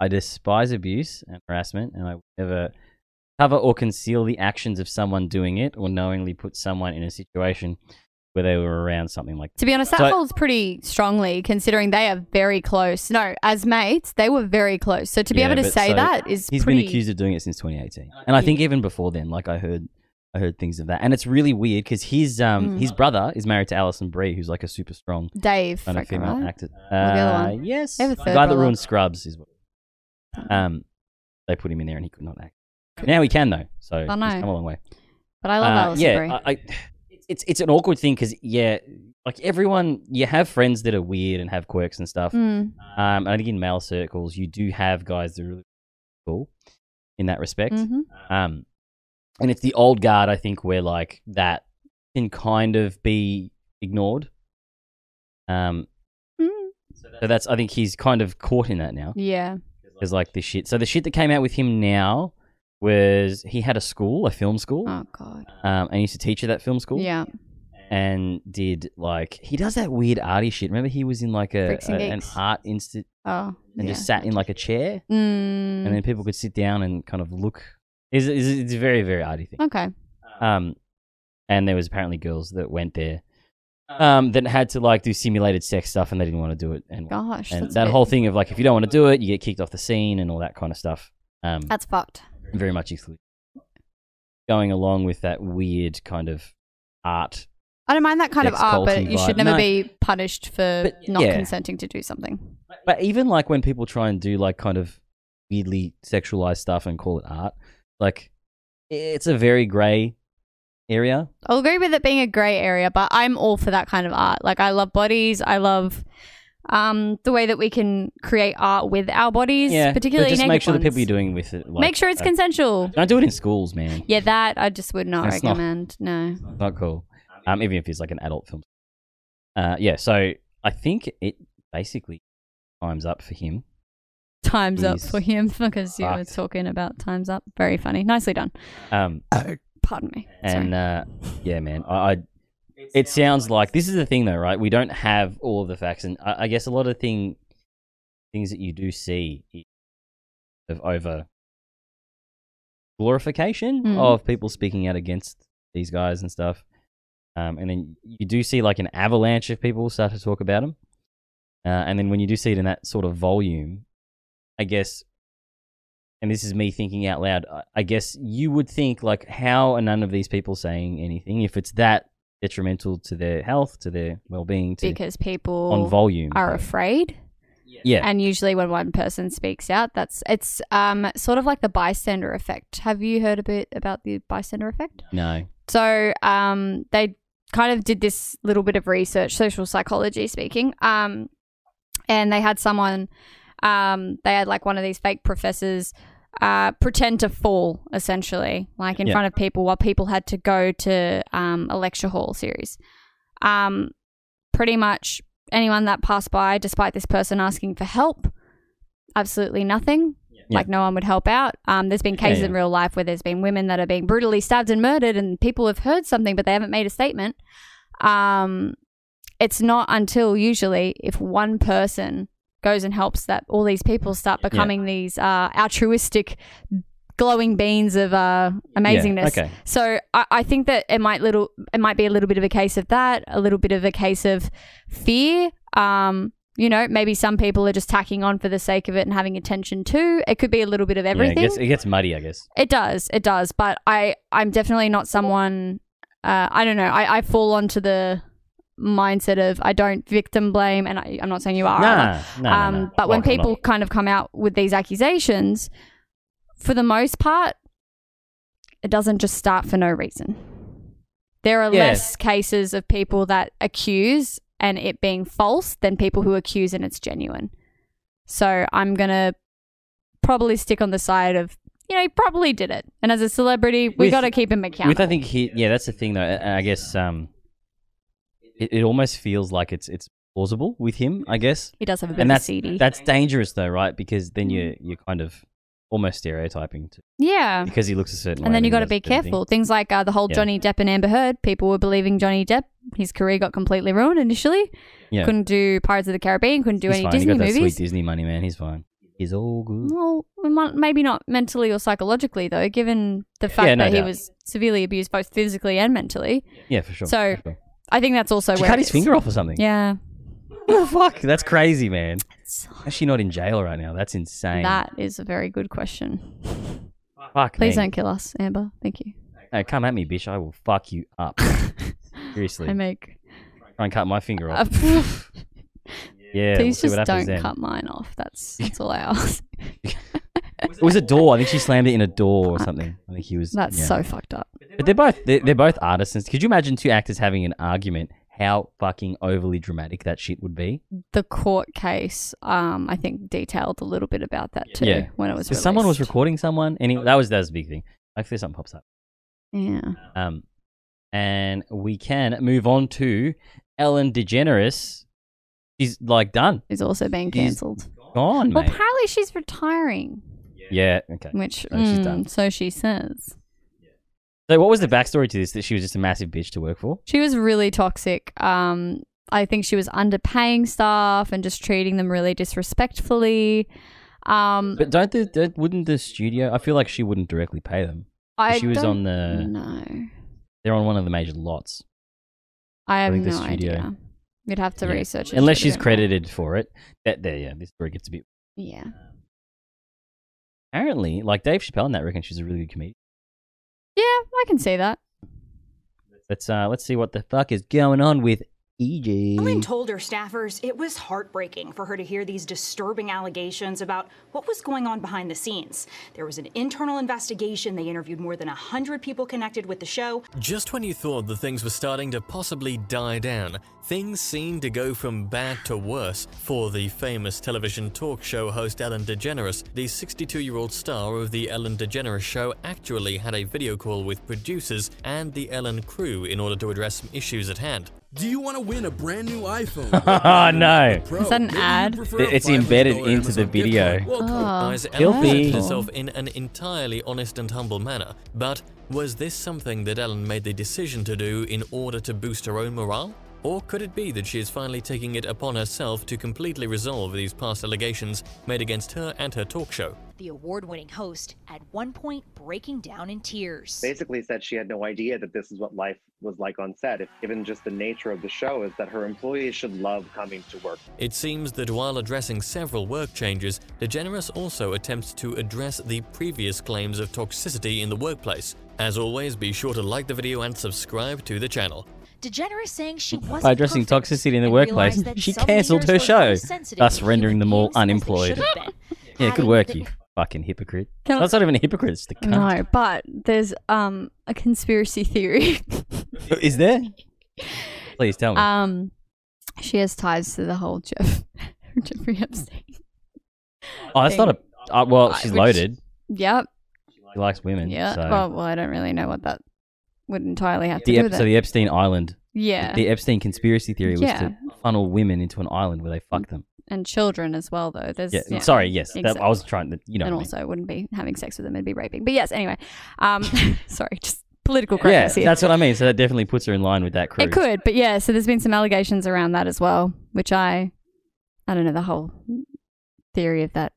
I despise abuse and harassment, and I would never cover or conceal the actions of someone doing it or knowingly put someone in a situation where they were around something like."
To be honest, that
So-
holds pretty strongly considering they are very close. No, as mates, they were very close. So to be
Yeah,
able to
but
say
so
that is
he's
pretty.
been accused of doing it since 2018, and I think even before then, like I heard. I heard things of that, and it's really weird because his um
Mm.
his brother is married to Alison Brie, who's like a super strong
Dave
kind of
Franco,
female
right?
actor.
Or the other
Uh,
one.
yes,
They have a
the
third Oh.
guy that
brother.
ruined Scrubs is what. Um, they put him in there and he could not act. Now he can though, so
I
he's
know.
come a long way.
But Oh, I love
Uh,
Alison
yeah,
Brie.
I, I, it's it's an awkward thing because yeah, like everyone, you have friends that are weird and have quirks and stuff.
Mm.
Um, and I think in male circles, you do have guys that are really cool in that respect.
Mhm.
Um, and it's the old guard, I think, where like that can kind of be ignored. Um, so that's I think he's kind of caught in that now.
Mm. Yeah.
There's like this shit. So the shit that came out with him now was he had a school, a film school.
Oh god.
Um, and he used to teach at that film school.
Yeah.
And did like he does that weird arty shit. Remember he was in like a,
Freaks and
a- an
Geeks.
art institute
Oh,
and
yeah.
just sat in like a chair, and
Mm.
then people could sit down and kind of look. Is is it's a very very arty thing.
Okay. Ah.
Um, and there was apparently girls that went there, um, that had to like do simulated sex stuff, and they didn't want to do it. And
Gosh,
and
that's
that
a bit-
whole thing of like if you don't want to do it, you get kicked off the scene and all that kind of stuff. Um,
That's fucked.
very much exclusive. Going along with that weird kind of art.
I don't mind that kind of
Sex
art, but
culty
you
vibe.
should never
No.
be punished for not
yeah.
consenting to do something.
But even like when people try and do like kind of weirdly sexualized stuff and call it art, like it's a very grey area.
I'll agree with it being a grey area, but I'm all for that kind of art. Like I love bodies. I love um, the way that we can create art with our bodies,
yeah,
particularly
but just
naked
make sure the
ones.
people you're doing with it. Like,
Make sure it's
uh,
consensual.
Don't do it in schools, man.
Yeah, that I just would not
That's not-
recommend. no.
Not cool. Um, even if it's like an adult film. Uh, yeah. So I think it basically times up for him.
Time's up
He's
for him because you were
fucked.
talking about time's up. Very funny. Nicely done.
Um,
Pardon me.
And uh, yeah, man, I, I it sounds like this is the thing though, right? We don't have all of the facts, and I, I guess a lot of thing things that you do see is of over glorification
Mm.
of people speaking out against these guys and stuff. Um, and then you do see like an avalanche of people start to talk about them. Uh, and then when you do see it in that sort of volume, I guess and this is me thinking out loud, I- I guess you would think like, how are none of these people saying anything if it's that detrimental to their health, to their well-being, to
because people
on volume
are afraid.
Yeah.
And usually when one person speaks out, that's it's um sort of like the bystander effect. Have you heard a bit about the bystander effect?
no,
So um, they kind of did this little bit of research, social psychology speaking, um, and they had someone, um, they had like one of these fake professors uh, pretend to fall essentially, like in
Yeah.
front of people while people had to go to um, a lecture hall series. Um, pretty much anyone that passed by, despite this person asking for help, absolutely nothing. Like no one would help out. Um, there's been
Yeah,
cases
yeah.
in real life where there's been women that are being brutally stabbed and murdered, and people have heard something, but they haven't made a statement. Um, it's not until usually if one person goes and helps that all these people start
Yeah.
becoming these uh, altruistic, glowing beings of uh, amazingness.
okay.
So I, I think that it might little it might be a little bit of a case of that, a little bit of a case of fear. Um, you know, maybe some people are just tacking on for the sake of it and having attention too. It could be a little bit of everything.
yeah, it gets it gets muddy, I guess.
It does. It does. But I, I'm definitely not someone. Uh, I don't know. I, I fall onto the mindset of I don't victim blame, and I, I'm not saying you are.
Nah,
either. Um,
no, no, no.
But when
Like, I'm
people
not.
kind of come out with these accusations, for the most part, it doesn't just start for no reason. There are
Yeah.
less cases of people that accuse and it being false than people who accuse and it's genuine. So I'm gonna probably stick on the side of you know he probably did it, and as a celebrity, we
With-
got to keep him
With I
accountable.
think he, yeah, that's the thing though. and I guess um, it, it almost feels like it's it's plausible with him. I guess
He does have a bit
and
of a
that's,
CD.
That's dangerous though, right? Because then
Mm-hmm.
you you're kind of almost stereotyping to,
yeah,
because he looks a certain way.
and then you
he
got to
does
be
a certain
careful.
thing.
Things like uh, the whole
Yeah.
Johnny Depp and Amber Heard, people were believing Johnny Depp. His career got completely ruined initially.
Yeah.
Couldn't do Pirates of the Caribbean. Couldn't do
He's
any
fine.
Disney
he got that
movies. Mm.
sweet Disney money, man. He's fine. He's all good.
Well, we might- maybe not mentally or psychologically though, given the fact
no
that he
doubt.
was severely abused both physically and mentally.
Yeah, for sure.
So
for sure.
I think that's also
She
where
cut
it
his
is.
finger off or something.
Yeah,
What the fuck? That's crazy, man. How's she not in jail right now? That's insane.
that is a very good question.
Fuck
Please
me.
don't kill us, Amber. Thank you.
Hey, come at me, bitch. I will fuck you up. Seriously.
I make.
Try and cut my finger
Uh,
off. yeah. we'll
Please
see
just
what happens
don't
then.
cut mine off. That's that's all I ask.
It was a door. I think she slammed it in a door or something. I think he was.
That's
yeah.
so fucked up.
But they're both they're, they're both artisans. Could you imagine two actors having an argument? How fucking overly dramatic that shit would be.
The court case, um, I think, detailed a little bit about that too when it was
'Cause
released.
someone was recording someone, and he, that was that was a big thing. Hopefully, something pops up.
yeah.
Um, and we can move on to Ellen DeGeneres. She's like done.
Is also being
She's
cancelled.
Gone,
Well,
mate.
apparently she's retiring,
yeah. Okay.
which
So she's
mm,
done.
so she says.
So, what was the backstory to this? That she was just a massive bitch to work for.
She was really toxic. Um, I think she was underpaying staff and just treating them really disrespectfully. Um,
But don't the don't, wouldn't the studio? I feel like she wouldn't directly pay them.
I
she was
don't
on the.
know.
They're on one of the major lots.
I have
think the
no
studio-
idea. You'd have to
Yeah.
research it.
Unless
a little
she's
bit more.
credited for it. That there, yeah. This story gets a bit.
Yeah.
Apparently, like Dave Chappelle and that reckon she's a really good comedian.
Yeah, I can see that.
Let's uh, let's see what the fuck is going on with E EJ.
Ellen told her staffers it was heartbreaking for her to hear these disturbing allegations about what was going on behind the scenes. There was an internal investigation. They interviewed more than 100 people connected with the show.
Just when you thought the things were starting to possibly die down, things seemed to go from bad to worse for the famous television talk show host Ellen DeGeneres. The 62 year old star of The Ellen DeGeneres Show actually had a video call with producers and the Ellen crew in order to address some issues at hand.
Do you want to win a brand new iPhone?
oh no!
Is that an Maybe you ad? prefer a
It's embedded into the video.
Oh,
compromise Ellen presented
Filthy.
herself in an entirely honest and humble manner. But was this something that Ellen made the decision to do in order to boost her own morale? Or could it be that she is finally taking it upon herself to completely resolve these past allegations made against her and her talk show?
The award winning host, at one point, breaking down in tears.
basically said she had no idea that this is what life was like on set. If given just the nature of the show is that her employees should love coming to work.
It seems that while addressing several work changes, DeGeneres also attempts to address the previous claims of toxicity in the workplace. As always, be sure to like the video and subscribe to the channel.
DeGeneres saying she wasn't
By addressing
perfect
toxicity in the
and
workplace,
realized that
she
some
cancelled her
leaders were
show,
as sensitive
thus
to
rendering them all
human beings as they
unemployed.
should have been.
yeah, good
Adding
work,
that
you fucking hypocrite.
Can I-
That's not even a hypocrite. It's the cunt.
No, but there's um a conspiracy theory.
Is there? Please tell me.
Uh,
um, she has ties to the whole Jeff Jeffrey Epstein.
oh, that's not
thing.
a. Uh, well, she's
which-
loaded.
Yep.
She likes women.
Yeah.
So.
Well, well, I don't really know what that would entirely have to
the
do
Ep-
with
so
it.
the Epstein Island.
Yeah.
The Epstein conspiracy theory was to
Yeah.
funnel women into an island where they
Mm.
fuck them.
and children as well, though. There's
Yeah. Sorry. Yes. That, I was trying to. You know.
and
what I mean.
also wouldn't be having sex with them; it'd be raping. But yes, anyway. Um, sorry, just political
yeah.
correctness here.
That's what I mean. So that definitely puts her in line with that crew.
It could, but yeah. So there's been some allegations around that as well, which I, I don't know the whole theory of that.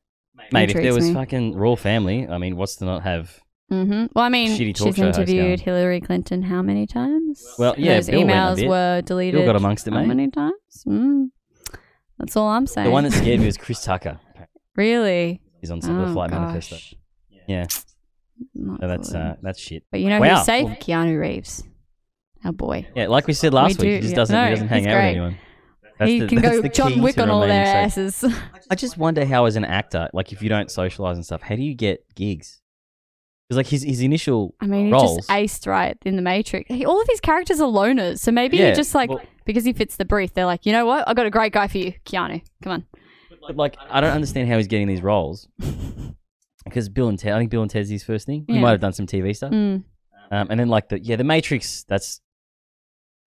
Mate, if there was
intrigues me.
fucking royal family, I mean, what's to not have?
Mhm. Well, I mean,
Shitty talk
she's
show host
interviewed
now.
Hillary Clinton how many times?
Well, yeah,
Those
Bill went a
emails
bit.
were
Bill
deleted.
got amongst it,
how
mate.
many times? Mm. That's all I'm saying.
The one that scared me was Chris Tucker.
really.
He's on some of
Oh,
the flight
gosh.
manifesto. Yeah.
Not
So that's
good.
uh, that's shit.
But you know
wow.
who's safe? Keanu Reeves, our boy.
Yeah, like we said last
We
week,
do,
he just
yeah.
doesn't
No,
he doesn't hang
he's
out
great.
with anyone.
He can go John
key
Wick
to
on all
remaining
their
safe.
asses.
I just wonder how, as an actor, like if you don't socialize and stuff, how do you get gigs? Because like his his initial
I mean, he
roles,
just aced right in the Matrix. He, all of his characters are loners, so maybe
Yeah,
he just like
well-
because he fits the brief. They're like, you know what? I got a great guy for you, Keanu. Come on.
but like I don't understand how he's getting these roles. Because Bill and Ted, I think Bill and Ted's his first thing. He
Yeah.
might have done some TV stuff,
Mm.
um, and then like the yeah, the Matrix. That's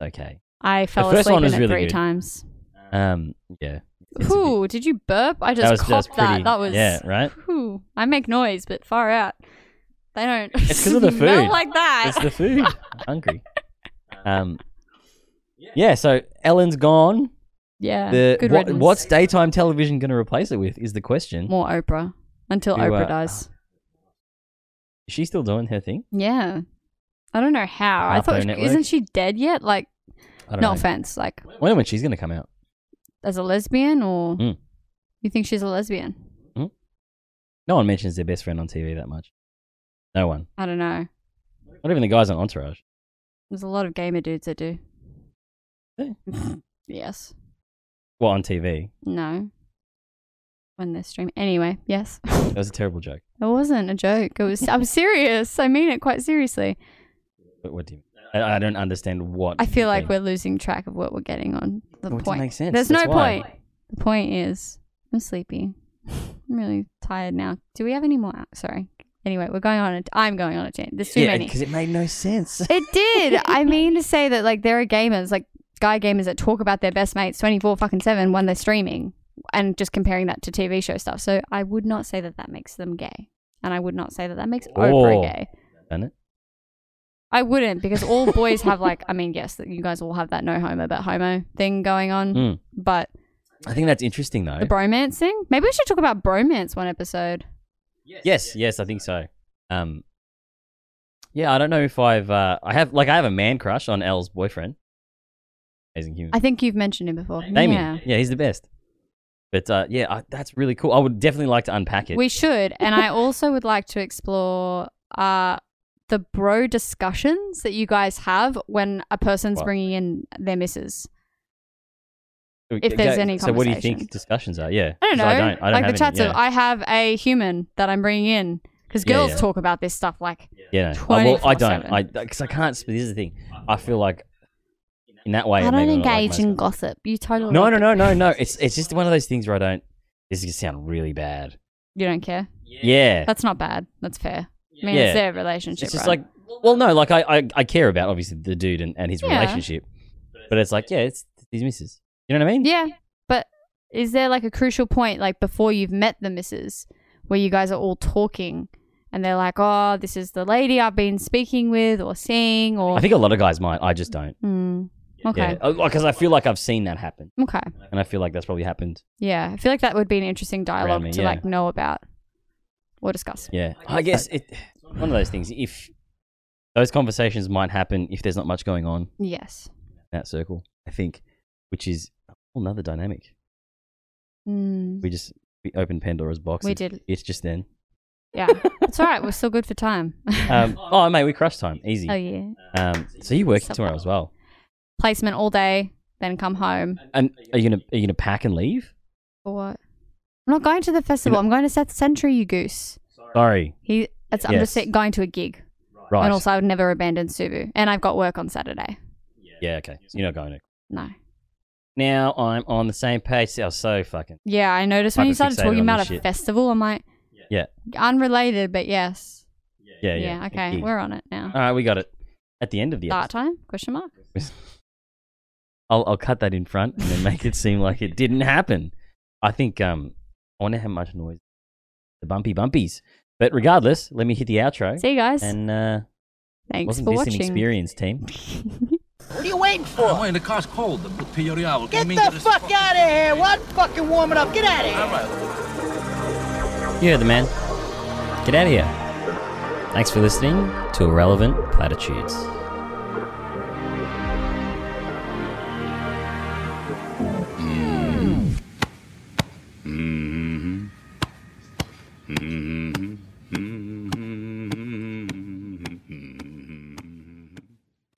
okay.
I
The
fell
first
asleep
one
in
was
it
really
three
good.
times.
Um, yeah,
Whew, did you burp? I just
that was
copped
just pretty.
that. That was
yeah, right.
whew. I make noise, but far out. They don't.
It's because of the food.
smell like that.
It's the food. I'm hungry. Um, yeah. So Ellen's gone.
Yeah,
The,
good
what,
riddance.
what's daytime television going to replace it with? Is the question.
More Oprah until
Who,
Oprah
uh,
dies.
Is she still doing her thing?
Yeah, I don't know how. I
Harpo
thought
Network?
isn't she dead yet? Like,
I don't
no
know.
offense, like
I wonder when she's going to come out.
as a lesbian or
Mm.
you think she's a lesbian?
No one mentions their best friend on TV that much. No one.
I don't know.
Not even the guys on Entourage.
There's a lot of gamer dudes that do. yes.
Well, on TV.
No. When they're streaming. Anyway, yes.
That was a terrible joke.
It wasn't a joke. It was. I'm serious. I mean it quite seriously.
It What, what do you? I, I don't understand what.
I feel like we're losing track of what we're getting on the
Well, it
point.
makes sense.
There's
That's
no
why.
point. The point is, I'm sleepy. I'm really tired now. Do we have any more? Sorry. Anyway, we're going on. A, I'm going on a tangent. There's too
yeah,
many.
because it made no sense.
It did. I mean to say that like there are gamers, like guy gamers that talk about their best mates 24 fucking 7 when they're streaming and just comparing that to TV show stuff. So I would not say that that makes them gay. And I would not say that that makes Oprah gay.
Done it.
I wouldn't because all boys have like I mean yes, that you guys all have that no homo but homo thing going on.
Mm.
But
I think that's interesting though.
the bromance thing? Maybe we should talk about bromance one episode.
yes, yes, I think so. Um, yeah, I don't know if I've. Uh, I have like I have a man crush on Elle's boyfriend. Amazing human.
I think you've mentioned him before.
Damien.
Yeah.
Yeah. he's the best. But uh, yeah, I, that's really cool. I would definitely like to unpack it.
We should. And I also would like to explore uh, the bro discussions that you guys have when a person's
What?
bringing in their missus.
We-
if there's
go-
any
uh, So what do you
conversation.
think discussions are? Yeah,
I don't
'cause
know.
I don't. I don't
like
have
the chats
any,
of,
yeah.
I have a human that I'm bringing in. Because
Yeah,
girls
yeah.
talk about this stuff like,
Yeah, no. I, well, I don't.
24/7.
I because I can't. sp- This is the thing. I feel like in that way.
I
it
don't
made me not like
engage
myself.
in gossip. You totally.
No,
don't.
no, no, no, no. It's it's just one of those things where I don't. This is gonna sound really bad.
You don't care.
Yeah.
That's not bad. That's fair. I mean,
Yeah.
it's their relationship.
It's just
right?
like, well, no, like I, I, I care about obviously the dude and, and his
Yeah.
relationship, but it's like, yeah, it's these misses. You know what I mean?
Yeah, but is there like a crucial point, like before you've met the missus, where you guys are all talking and they're like, oh, this is the lady I've been speaking with or seeing or.
I think a lot of guys might. I just don't.
Hmm. okay.
Yeah, because I feel like I've seen that happen,
Okay.
and I feel like that's probably happened.
Yeah. I feel like that would be an interesting dialogue
me,
to
yeah.
like know about or discuss.
Yeah, I guess it. One of those things. If those conversations might happen if there's not much going on in
Yes.
that circle, I think, which is a whole another dynamic.
Mm-hmm. Hmm.
We just we opened Pandora's box.
We
and
did.
It's just then.
Yeah. it's all right. We're still good for time.
Um, oh, mate, we crushed time. Easy.
Oh, yeah.
Um, so you working tomorrow as well?
Placement all day, then come home.
And are you gonna are you gonna pack and leave?
Or what? I'm not going to the festival. I'm going to Seth Century, you goose.
Sorry.
He, that's, I'm just
Yes.
sa- going to a gig.
Right.
And also, I would never abandon Subu. And I've got work on Saturday.
Yeah. Okay. So you're not going to.
No.
Now I'm on the same page. I was so fucking.
Yeah, I noticed when
Fucking
you started
fixated
talking
on
about a
this shit.
festival, I'm like,
Yeah.
unrelated, but yes.
Yeah. Uh, Yeah.
Yeah, okay,
Indeed.
we're on it now.
All right, we got it. At the end of the
Start
episode,
time? Question mark?
I'll I'll cut that in front and then make it seem like it didn't happen. I think um I wonder how much noise the bumpy bumpies. But regardless, let me hit the outro.
See you guys.
And uh,
Thanks
wasn't
for
this
watching.
an experience, team?
What are you waiting for?
I'm waiting to cause cold. The Peoria Owl.
Get the fuck out of here! What fucking warming up? Get out of here!
You're the man. Get out of here. Thanks for listening to Irrelevant Platitudes.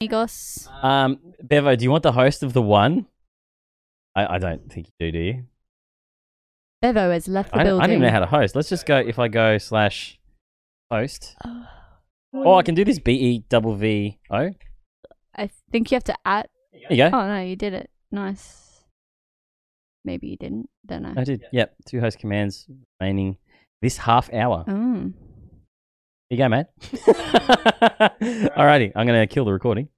Amigos.
Um, Bevo, do you want the host of the one? I, I don't think you do, do you?
Bevo has left the
I don't,
building.
I don't even know how to host. Let's just go if I go slash host. Oh, I can do this B E double V O. There
I think you have to add.
you go.
Oh, no, you did it. Nice. Maybe you didn't. Don't know.
I did. Yep. Two host commands remaining this half hour. There
Mm.
you go, mate. Alrighty. I'm going to kill the recording.